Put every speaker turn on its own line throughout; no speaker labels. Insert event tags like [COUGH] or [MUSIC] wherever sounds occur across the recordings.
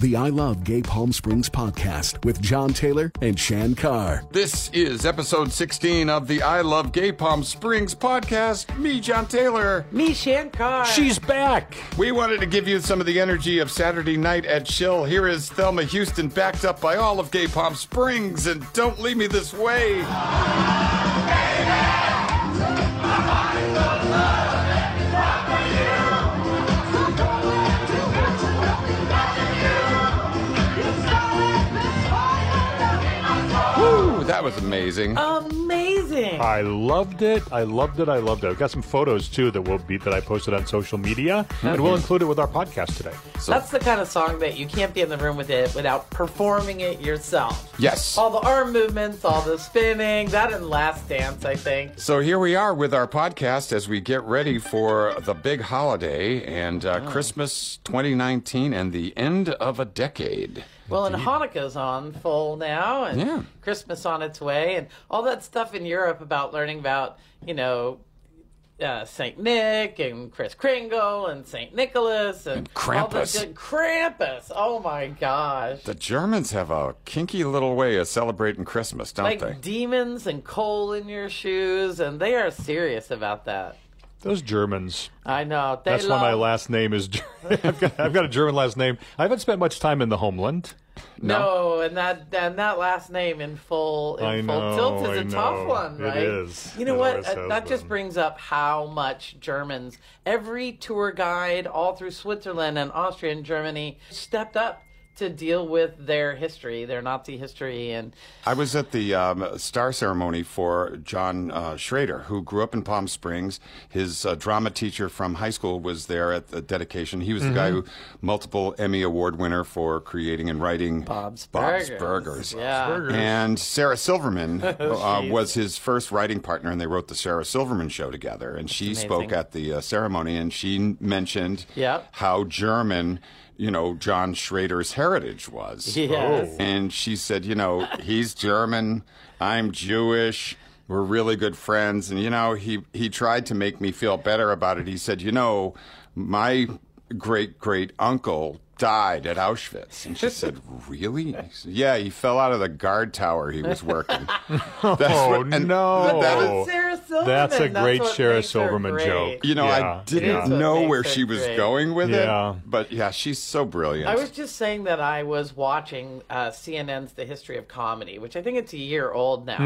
the I Love Gay Palm Springs podcast with John Taylor and Shan Carr.
This is episode 16 of the I Love Gay Palm Springs podcast. Me, John Taylor.
Me, Shankar.
She's back.
We wanted to give you some of the energy of Saturday night at Chill. Here is Thelma Houston, backed up by all of Gay Palm Springs, and don't leave me this way. Woo, that was
Uh,
amazing.
amazing.
I loved it. I loved it. I loved it. I've got some photos too that will be that I posted on social media, and we'll include it with our podcast today.
That's the kind of song that you can't be in the room with it without performing it yourself.
Yes.
All the arm movements, all the spinning, that and last dance, I think.
So here we are with our podcast as we get ready for the big holiday and uh,
Oh.
Christmas 2019 and the end of a decade.
Well, and Hanukkah's on full now, and
Yeah.
Christmas on its way, and all that stuff in Europe about learning about, you know, uh, Saint Nick and Chris Kringle and Saint Nicholas
And
and, all the
Krampus.
good- Krampus. Oh my gosh!
The Germans have a kinky little way of celebrating Christmas, don't
like
they?
demons and coal in your shoes, and they are serious about that.
Those Germans.
I know. They
That's
love,
why my last name is. Ger- [LAUGHS] I've, got, I've got a German last name. I haven't spent much time in the homeland.
No, and that and that last name in full in
I
full
know,
tilt is
I
a tough
know.
one,
It
right?
is.
You know
It
what?
always
Uh,
has
that just
been.
brings up how much Germans, every tour guide all through Switzerland and Austria and Germany, stepped up to deal with their history, their Nazi history, and
I was at the um, star ceremony for John uh, Schrader, who grew up in Palm Springs. His uh, drama teacher from high school was there at the dedication. He was the guy who
Mm-hmm.
multiple Emmy Award winner for creating and writing
Bob's Burgers.
Burgers.
Yeah. Bob's
And Sarah Silverman uh, was his first writing partner, and they wrote the Sarah Silverman show together. And she spoke at the uh, ceremony, and she n- mentioned
Yep.
how German, you know, John Schrader's heritage was.
Yes. Oh.
And she said, you know, he's German, I'm Jewish. We're really good friends, and you know he he tried to make me feel better about it. He said, "You know, my great great uncle died at Auschwitz," and she
[LAUGHS]
said, "Really?" He said, yeah, he fell out of the guard tower he was
[LAUGHS]
working. That's
Oh
what- and
no!
that
Oh, Sarah Silverman.
That's a great
what
Sarah
makes her
Silverman
great.
joke.
You know,
Yeah,
I didn't
yeah.
know
Makes
where
her
she was
great.
going with
Yeah.
it, but yeah, she's so brilliant.
I was just saying that I was watching uh, CNN's The History of Comedy, which I think it's a year old now,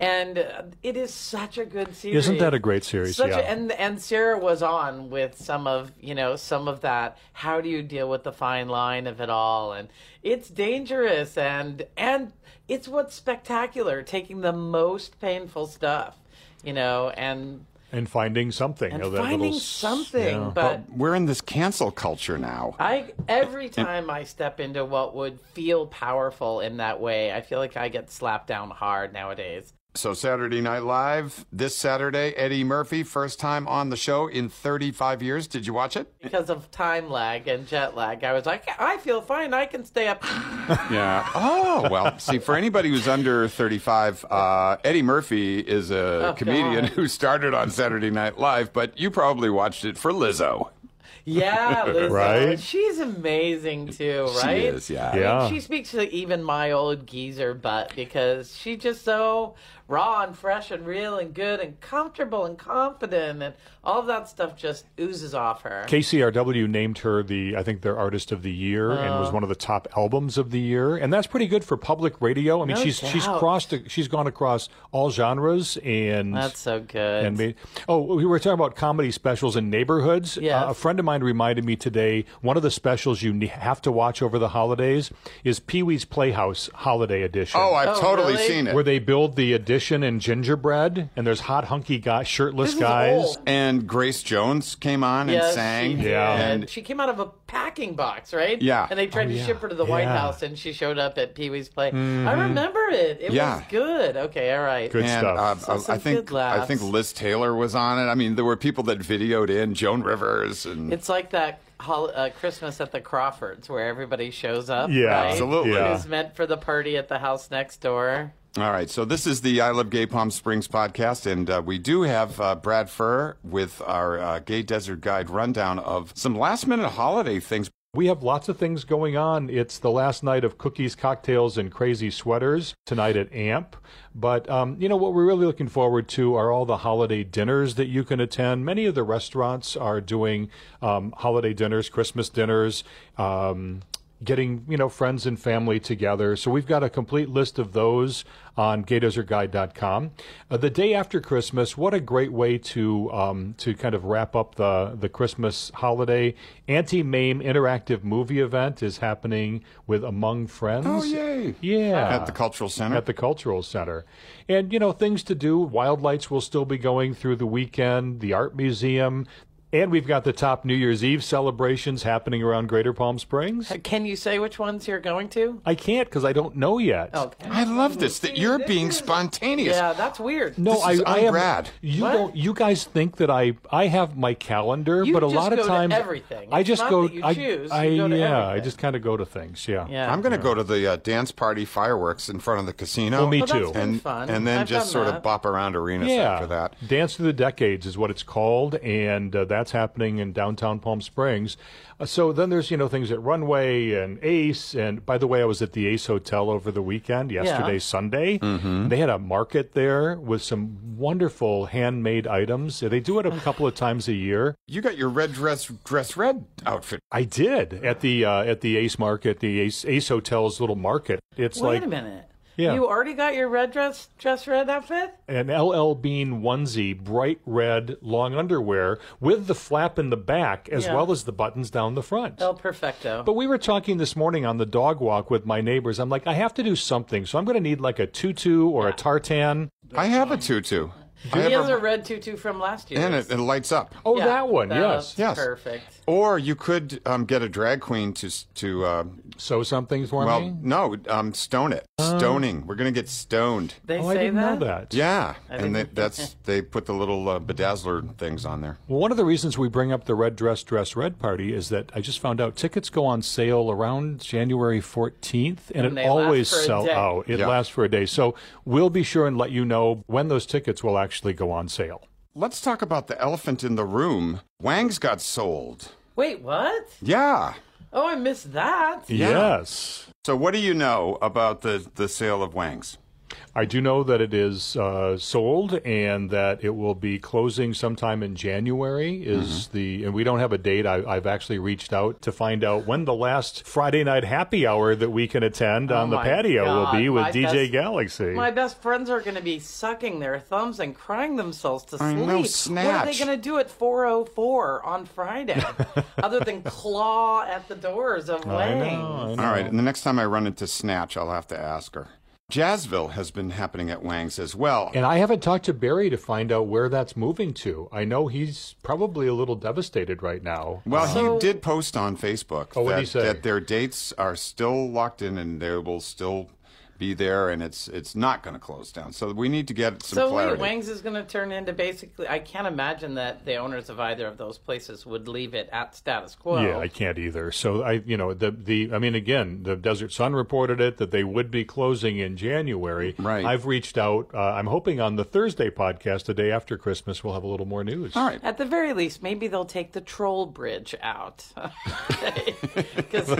and uh, it is such a good series.
Mm-hmm. Isn't that a great series?
Such
yeah.
a, and and Sarah was on with some of you know some of that. How do you deal with the fine line of it all? And it's dangerous, and and it's what's spectacular, taking the most painful stuff, you know, and
And finding something.
and
you know, that
finding
little s-
something,
yeah.
but.
We're in this cancel culture now.
I every time I step into what would feel powerful in that way, I feel like I get slapped down hard nowadays.
So Saturday Night Live this Saturday, Eddie Murphy, first time on the show in 35 years. Did you watch it?
Because of time lag and jet lag, I was like, I feel fine. I can
[LAUGHS]
stay up.
Yeah. Oh well. See, for anybody who's under 35, uh, Eddie Murphy is a
Oh,
comedian
God.
who started on Saturday Night Live, but you probably watched it for Lizzo.
Yeah, Lizzo.
Right?
She's amazing too,
She
right?
is, yeah.
Yeah.
She speaks to even my old geezer butt because she's just so raw and fresh and real and good and comfortable and confident and all of that stuff just oozes off her.
KCRW named her the, I think, their artist of the year, and
Oh.
was one of the top albums of the year, and that's pretty good for public radio. I mean,
No
she's she's
doubt.
crossed, she's gone across all genres, and
That's so good.
and made. Oh, we were talking about comedy specials in neighborhoods. Uh,
Yes.
a friend of mine reminded me today one of the specials you ne- have to watch over the holidays is Pee Wee's Playhouse Holiday Edition.
Oh, I've
Oh,
totally
really?
seen it.
where they build the edition in gingerbread, and there's hot hunky guy, shirtless
This is
guys.
old.
and Grace Jones came on and
Yes,
sang.
She
Yeah.
did.
And
she came out of a packing box, right?
Yeah.
And they tried to ship her to the White
Oh, Yeah.
House, and she showed up at Pee Wee's play. I remember it. It
Mm-hmm. Yeah.
was good. Okay, all right.
Good
and
stuff.
uh,
So
I
some
think
good
I
laughs.
think Liz Taylor was on it. I mean, there were people that videoed in Joan Rivers and
It's like that hol- uh, Christmas at the Crawfords, where everybody shows up.
Yeah,
right?
Absolutely.
yeah.
Who's meant for the party at the house next door?
All right, so this is the I Love Gay Palm Springs podcast, and uh, we do have uh, Brad Furr with our uh, Gay Desert Guide rundown of some last minute holiday things.
We have lots of things going on. It's the last night of cookies, cocktails, and crazy sweaters tonight at AMP. But, um, you know, what we're really looking forward to are all the holiday dinners that you can attend. Many of the restaurants are doing um, holiday dinners, Christmas dinners. Um, getting you know friends and family together. So we've got a complete list of those on GaydozerGuide.com. Uh, the day after Christmas, what a great way to um, to kind of wrap up the the Christmas holiday. Anti Mame interactive movie event is happening with Among Friends.
Oh, yay.
Yeah,
At the Cultural Center.
at the Cultural Center. And, you know, things to do. Wildlights will still be going through the weekend, the Art Museum. And we've got the top New Year's Eve celebrations happening around Greater Palm Springs.
Can you say which ones you're going to?
I can't because I don't know yet.
Okay.
I love this that you're being spontaneous.
Yeah, that's weird.
No,
This is
I, I am.
unrad.
You
What?
don't. You guys think that I I have my calendar,
You
but a
just
lot
go
of
to
times
everything.
I
It's
just
not
go.
that you
I,
choose, you
I
go to
yeah. I
everything.
just kind of go to things. Yeah.
Yeah.
I'm going to go to the uh, dance party fireworks in front of the casino.
Well, me
Well, that's
too.
been
and
fun.
and then
I've
just
done
sort
that.
of bop around arenas after that.
Dance Through the Decades is what it's called, and uh, that's happening in downtown Palm Springs. Uh, so then there's, you know, things at Runway and Ace. And by the way, I was at the Ace Hotel over the weekend, yesterday, Sunday. They had a market there with some wonderful handmade items. They do it a couple of times a year.
You got your red dress dress red outfit.
I did at the uh, at the Ace Market, the Ace, Ace Hotel's little market. It's
Wait
like
a minute.
Yeah.
You already got your red dress, dress red outfit?
an LL Bean onesie, bright red long underwear with the flap in the back as
Yeah.
well as the buttons down the front.
El Perfecto.
But we were talking this morning on the dog walk with my neighbors. I'm like, I have to do something, so I'm going to need like a tutu or a tartan.
I have a tutu. I
he
have
has
a,
a red tutu from last year.
and it, it lights up.
Oh, that one, yes.
Yes.
Perfect.
Or you could um, get a drag queen to s- to uh,
Sew something for
well
me.
no um, stone it stoning. We're going to get stoned.
They
Oh,
say
I didn't
that?
know that.
Yeah,
didn't-
and they, that's they put the little uh, bedazzler things on there.
Well, one of the reasons we bring up the Red Dress Dress Red party is that I just found out tickets go on sale around January 14th,
And
and, it
they last
always
for a
sell
day.
out. It
Yeah.
lasts for a day. So we'll be sure and let you know when those tickets will actually go on sale.
Let's talk about the elephant in the room. Wang's got sold.
Wait, what?
Yeah.
Oh, I missed that.
Yeah.
Yes.
So what do you know about the the sale of Wang's?
I do know that it is uh, sold and that it will be closing sometime in January. Is
Mm-hmm.
the and we don't have a date. I, I've actually reached out to find out when the last Friday night happy hour that we can attend on the
Oh my
patio will be
God,
with
my
DJ
best-
Galaxy.
My best friends are going to be sucking their thumbs and crying themselves to
I
sleep.
know,
What are they
snatch.
going to do at 4:04 on
[LAUGHS]
Friday, other than claw at the doors of Wang?
All right, and the next time I run into Snatch, I'll have to ask her. Jazzville has been happening at Wang's as well.
And I haven't talked to Barry to find out where that's moving to. I know he's probably a little devastated right now.
well,
So-
he did post on Facebook
Oh, what'd
that,
he say?
that their dates are still locked in and they will still be there, and it's it's not going to close down. So we need to get some
So
clarity.
wait, Wang's is going to turn into basically. I can't imagine that the owners of either of those places would leave it at status quo.
Yeah, I can't either. So I, you know, the the I mean, again, the Desert Sun reported it that they would be closing in January.
Right.
I've reached out. Uh, I'm hoping on the Thursday podcast, the day after Christmas, we'll have a little more news.
All right.
At the very least, maybe they'll take the troll bridge out. [LAUGHS] Because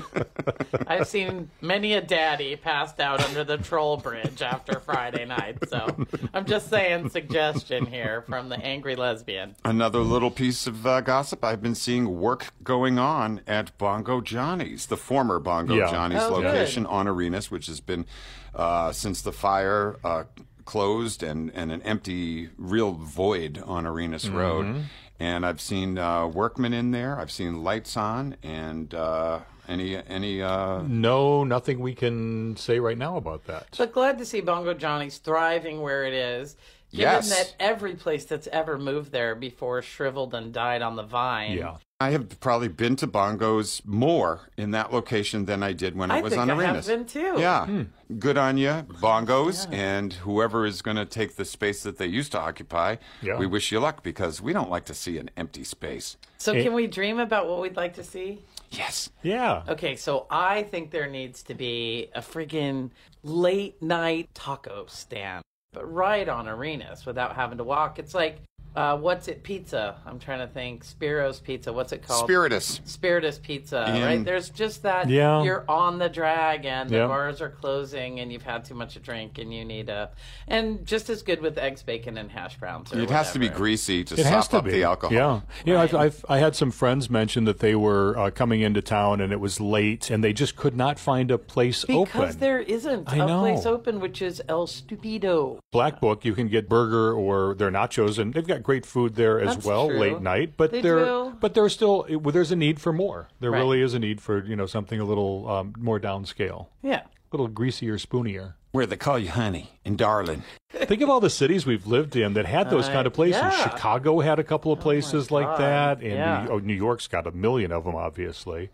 I've seen many a daddy passed out under the troll bridge after Friday night. So I'm just saying, suggestion here from the angry lesbian.
Another little piece of uh, gossip. I've been seeing work going on at Bongo Johnny's, the former Bongo
Yeah.
Johnny's
Oh, good.
location on Arenas, which has been uh, since the fire uh, closed and, and an empty, real void on Arenas Road. And I've seen uh, workmen in there. I've seen lights on, and uh, any any uh,
No, nothing we can say right now about that.
But glad to see Bongo Johnny's thriving where it is. Given
Yes.
that every place that's ever moved there before shriveled and died on the vine.
yeah.
I have probably been to Bongos more in that location than I did when
I
it was
think
on
I have
Arenas.
been too.
Yeah,
Hmm.
good on you, Bongos, and whoever is going to take the space that they used to occupy.
Yeah.
We wish you luck because we don't like to see an empty space.
So can we dream about what we'd like to see?
Yes.
Yeah.
Okay, so I think there needs to be a friggin' late night taco stand, but right on arenas without having to walk. It's like Uh, what's it pizza? I'm trying to think. Spiro's pizza. What's it called?
Spiritus.
Spiritus Pizza,
In-
right? There's just that
Yeah.
you're on the drag and the
Yeah.
bars are closing and you've had too much to drink and you need a and just as good with eggs, bacon, and hash browns. Or
It has to be
whatever.
greasy to
It has
sop
to
up
be.
the alcohol.
Yeah, you know, I've, I've, I had some friends mention that they were uh, coming into town and it was late, and they just could not find a place
Because
open.
there isn't
I
a
know.
place open, which is El Stupido.
Black Book, you can get burger or their nachos, and they've got great food there as
That's
well
true.
late night. But
They
there,
do.
but there's still it- well, there's a need for more. There
Right.
really is a need for you know something a little um, more downscale, a
Yeah.
little greasier, spoonier.
Where they call you honey and darling.
Think of all the cities we've lived in that had those kind of places.
Uh, yeah. Oh,
Chicago had a couple of places like
God,
that, and
yeah.
New, oh, New York's got a million of them, obviously.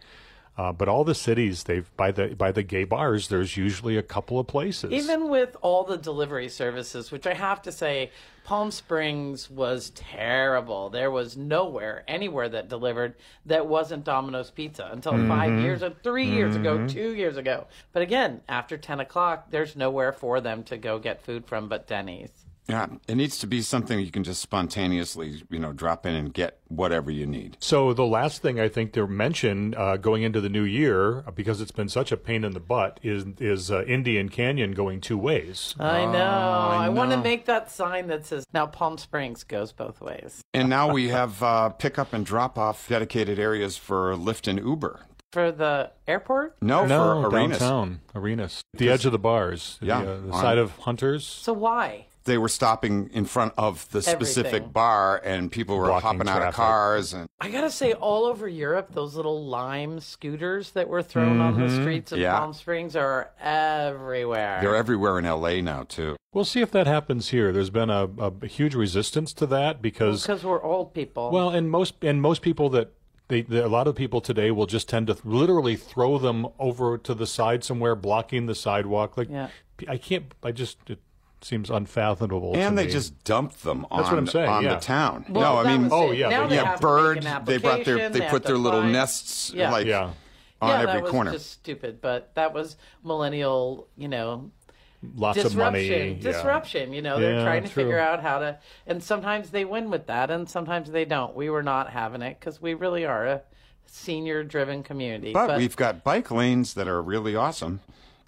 Uh, but all the cities, they've by the by the gay bars, there's usually a couple of places.
Even with all the delivery services, which I have to say, Palm Springs was terrible. There was nowhere, anywhere that delivered that wasn't Domino's Pizza until five years or 3 years ago, two years ago. But again, after 10 o'clock, there's nowhere for them to go get food from but Denny's.
Yeah, it needs to be something you can just spontaneously, you know, drop in and get whatever you need.
So the last thing I think to mention uh, going into the new year, because it's been such a pain in the butt, is is uh, Indian Canyon going two ways.
I know. Oh, I, want to make that sign that says, now Palm Springs goes both ways
And now
[LAUGHS]
we have uh, pickup and drop off dedicated areas for Lyft and Uber.
for the airport.
No,
no,
for arenas.
downtown arenas, the edge of the bars,
Yeah,
the, uh, the
on-
side of Hunters.
So why?
They were stopping in front of the
Everything.
specific bar, and people were
Blocking
hopping out of
traffic.
cars. And
I gotta say, all over Europe, those little lime scooters that were thrown on the streets of
Mm-hmm. Yeah.
Palm Springs are everywhere.
they're everywhere in LA now, too.
We'll see if that happens here. There's been a, a huge resistance to that because
because we're old people.
Well, and most and most people that they, the, a lot of people today will just tend to th- literally throw them over to the side somewhere, blocking the sidewalk. Like
Yeah.
I can't. I just it seems unfathomable. to
And they
me.
just dumped them on,
what I'm saying,
on
yeah.
the town.
Well,
no, I
that
mean,
was
oh,
it.
yeah,
Now
but-
they
yeah,
have to
bird.
make an
They brought their,
application,
they
have
put
to
their little
find-
nests
Yeah.
like
Yeah.
on
yeah,
every
that was
corner.
just stupid. But that was millennial, you know,
lots of
disruption.
money. yeah.
Disruption. You know, they're
Yeah,
trying to
true.
figure out how to, and sometimes they win with that, and sometimes they don't. We were not having it because we really are a senior-driven community.
But, we've got bike lanes that are really awesome,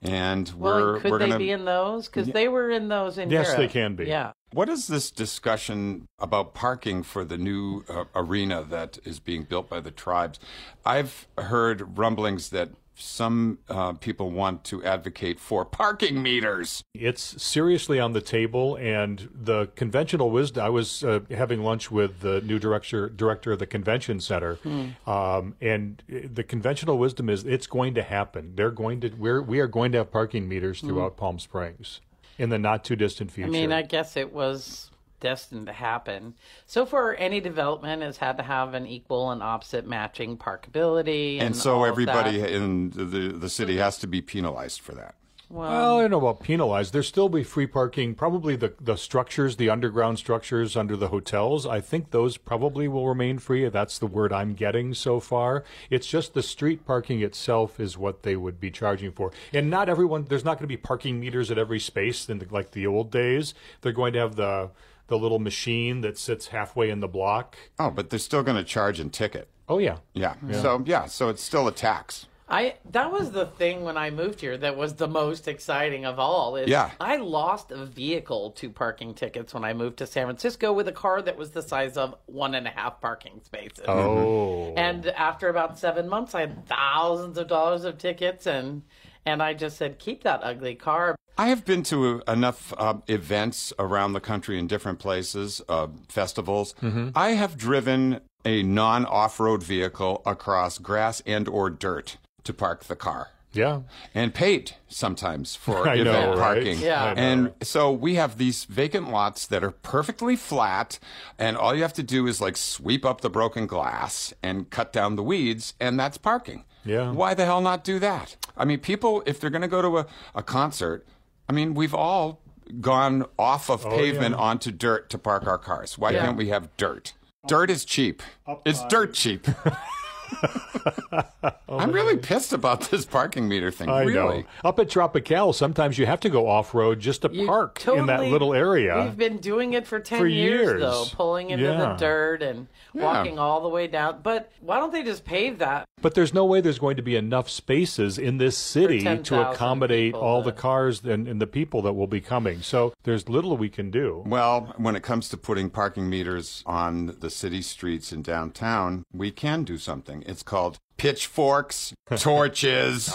and
Well, and
we're
could
we're
they
gonna.
be in those? Because they were in those in
Yes, they
Europe.
can be.
Yeah.
what is this discussion about parking for the new uh, arena that is being built by the tribes? I've heard rumblings that some uh, people want to advocate for parking meters.
It's seriously on the table, and the conventional wisdom. I was uh, having lunch with the new director director of the convention center,
Hmm.
um, and uh, the conventional wisdom is it's going to happen. They're going to we're we are going to have parking meters throughout Palm Springs in the not too distant future.
Hmm. I mean, I guess it was destined to happen. So far, any development has had to have an equal and opposite matching parkability. And,
And so
all of
everybody
that.
in the, the city has to be penalized for that.
Well,
Um,
I don't know about penalized. There still be free parking. Probably the, the structures, the underground structures under the hotels. I think those probably will remain free. That's the word I'm getting so far. It's just the street parking itself is what they would be charging for. And not everyone. There's not going to be parking meters at every space in the, like the old days. They're going to have the the little machine that sits halfway in the block.
Oh, but they're still going to charge and ticket.
Oh yeah.
Yeah. So yeah, so it's still a tax.
I that was the thing when I moved here that was the most exciting of all. Is
Yeah.
I lost a vehicle to parking tickets when I moved to San Francisco with a car that was the size of one and a half parking spaces.
Oh.
And after about seven months, I had thousands of dollars of tickets, and and I just said, keep that ugly car.
I have been to enough uh, events around the country in different places, uh, festivals. I have driven a non-off-road vehicle across grass and or dirt to park the car.
Yeah.
And paid sometimes for
[LAUGHS] I
event
know, right?
parking.
Yeah. I
And so we have these vacant lots that are perfectly flat, and all you have to do is like sweep up the broken glass and cut down the weeds, and that's parking.
Yeah.
Why the hell not do that? I mean, people, if they're going to go to a, a concert, I mean, we've all gone off of
Oh,
pavement onto dirt to park our cars. Why can't we
[LAUGHS]
have dirt? Dirt is cheap. It's dirt cheap. I'm really pissed about this parking meter thing.
Oh, I
really.
know. Up at Tropicale, sometimes you have to go off road just to
You
park in that
totally-
little area.
We've been doing it for 10
For
years,
years.
though, pulling into
Yeah.
the dirt and walking all the way down. But why don't they just pave that?
But there's no way there's going to be enough spaces in this city
10,000
to accommodate
people
all
to-
the cars and, and the people that will be coming. So there's little we can do.
Well, when it comes to putting parking meters on the city streets in downtown, we can do something. It's called
[LAUGHS]
pitchforks, torches,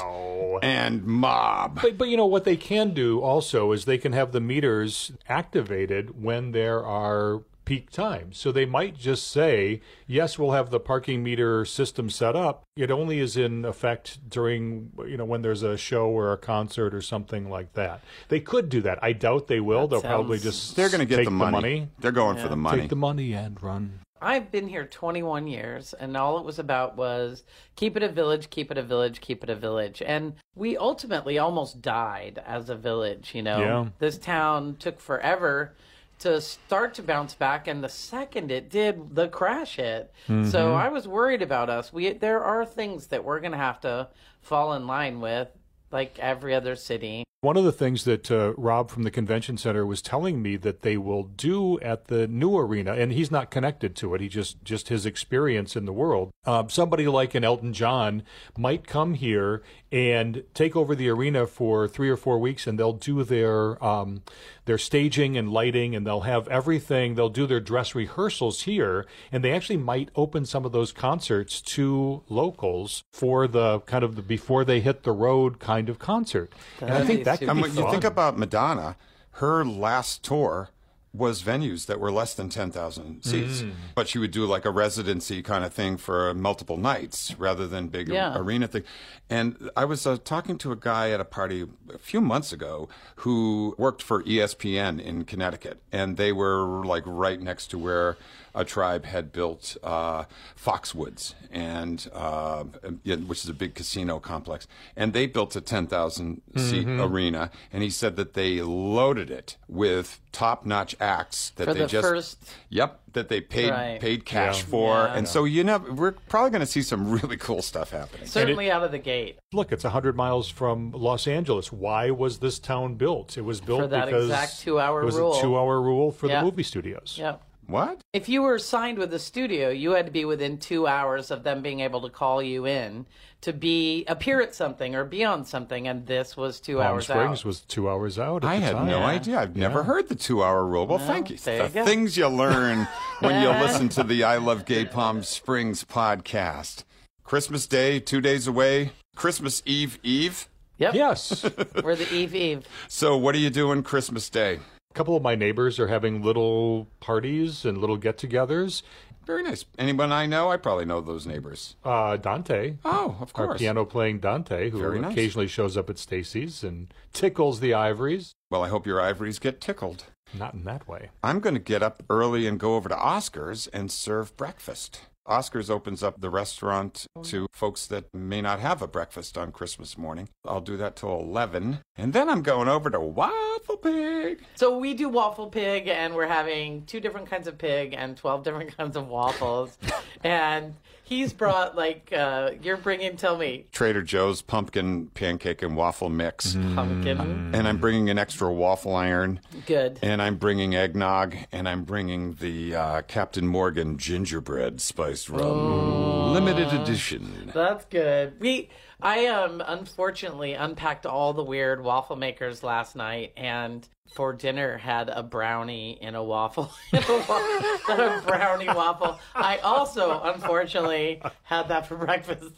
and mob.
But, but you know what they can do also is they can have the meters activated when there are peak times. So they might just say, yes, we'll have the parking meter system set up. It only is in effect during, you know, when there's a show or a concert or something like that. They could do that. I doubt they will. They'll probably
sounds-
just
They're going to get
take
the money.
the money.
They're going for the money.
Take the money and run.
I've been here 21 years, and all it was about was keep it a village, keep it a village, keep it a village. And we ultimately almost died as a village, you know?
Yeah.
This town took forever to start to bounce back, and the second it did, the crash hit. So I was worried about us. We There are things that we're going to have to fall in line with, like every other city.
One of the things that uh, Rob from the convention center was telling me that they will do at the new arena, and he's not connected to it. He just just his experience in the world. Uh, somebody like an Elton John might come here and take over the arena for three or four weeks, and they'll do their um, their staging and lighting, and they'll have everything. They'll do their dress rehearsals here, and they actually might open some of those concerts to locals for the kind of the before they hit the road kind of concert. And I
That'd
think
be
that
super
and
could be
when you
fun.
think about Madonna, her last tour was venues that were less than 10,000 seats.
Mm.
But she would do like a residency kind of thing for multiple nights rather than big
Yeah.
arena thing. And I was uh, talking to a guy at a party a few months ago who worked for E ESPN in Connecticut. And they were like right next to where a tribe had built uh, Foxwoods, and uh, yeah, which is a big casino complex. And they built a 10,000 seat arena. And he said that they loaded it with top notch acts that
For
they
the
just.
first
Yep, that they paid
Right.
paid cash for, and so you know we're probably going to see some [LAUGHS] really cool stuff happening.
Certainly out of the gate.
Look, it's 100 miles from Los Angeles. Why was this town built? It was built
that
because
exact two-hour
it was
rule.
a two-hour rule for
Yeah.
the movie studios.
Yep.
What?
If you were signed with a studio, you had to be within two hours of them being able to call you in to be appear at something or be on something, and this was two
Palm
hours
Springs
out.
was two hours out. At
I
the
had
time.
no idea. I've never heard the two-hour rule. Well, thank you.
there you
The
go.
things you
[LAUGHS]
learn when you listen to the I Love Gay Palm Springs podcast. Christmas Day, two days away. Christmas Eve, Eve.
yep, [LAUGHS]
Yes. a
we're the Eve Eve.
So, what are you doing Christmas Day?
couple of my neighbors are having little parties and little get togethers.
Very nice. Anyone I know? I probably know those neighbors.
Uh, Dante,
Oh, of
our
course.
piano playing Dante, who
Very nice.
occasionally shows up at Stacy's and tickles the ivories.
Well, I hope your ivories get tickled.
Not in that way.
I'm going to get up early and go over to Oscar's and serve breakfast. Oscar's opens up the restaurant to folks that may not have a breakfast on Christmas morning. I'll do that till 11. And then I'm going over to Waffle Pig.
So we do waffle pig, and we're having two different kinds of pig and twelve different [LAUGHS] kinds of waffles, and he's brought like uh, you're bringing. Tell me,
Trader Joe's pumpkin pancake and waffle mix.
pumpkin,
And I'm bringing an extra waffle iron.
good.
And I'm bringing eggnog. And I'm bringing the uh, Captain Morgan gingerbread spiced rum. Limited edition.
That's good. We, I um, unfortunately unpacked all the weird waffle makers last night, and for dinner had a brownie in a waffle, [LAUGHS] in a, wa- a brownie waffle. I also unfortunately had that for breakfast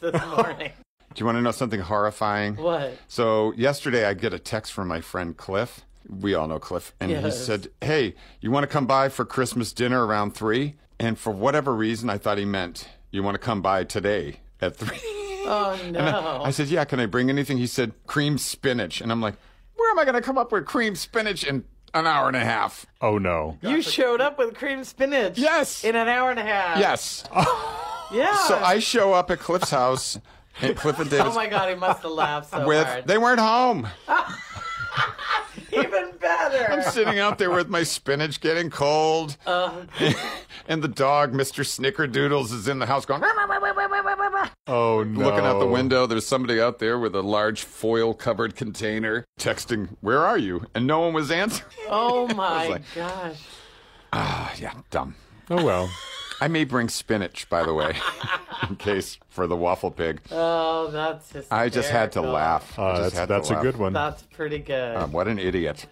[LAUGHS]
this morning.
Do you want to know something horrifying?
What?
So yesterday, I get a text from my friend Cliff. We all know Cliff, and he
Yes.
said, "Hey, you want to come by for Christmas dinner around three? And for whatever reason, I thought he meant you want to come by today at three.
Oh no!
I said, "Yeah, can I bring anything?" He said, "Cream spinach," and I'm like, "Where am I going to come up with cream spinach in an hour and a half?"
Oh no.
you showed up with cream spinach.
Yes.
In an hour and a half.
Yes.
Yeah.
So I show up at Cliff's house, at Cliff and Davis.
Oh my God! He must have laughed so
with
hard.
they weren't home.
Even better.
I'm sitting out there with my spinach getting cold. [LAUGHS] and the dog, Mr. Snickerdoodles, is in the house going. "Meow, meow, meow, meow, meow, meow, meow."
Oh no!
[LAUGHS] Looking out the window, there's somebody out there with a large foil covered container texting, Where are you? And no one was answering.
Oh my gosh.
Ah, yeah, dumb.
Oh
[LAUGHS]
well.
I may bring spinach, by the way, in case for the waffle pig.
Oh, that's just.
I just had to laugh. I
Uh,
just
that's
had to
that's a
laugh.
good one.
That's pretty good.
Um, what an idiot.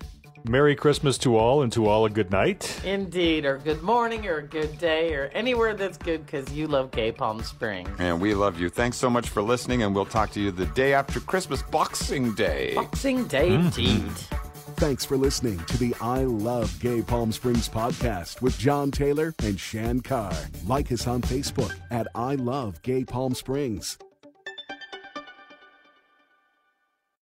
Merry Christmas to all, and to all a good night.
Indeed, or good morning, or good day, or anywhere that's good because you love Gay Palm Springs.
And we love you. Thanks so much for listening, and we'll talk to you the day after Christmas, Boxing Day.
Boxing Day, indeed.
Thanks for listening to the I Love Gay Palm Springs podcast with John Taylor and Shan Carr. Like us on Facebook at I Love Gay Palm Springs.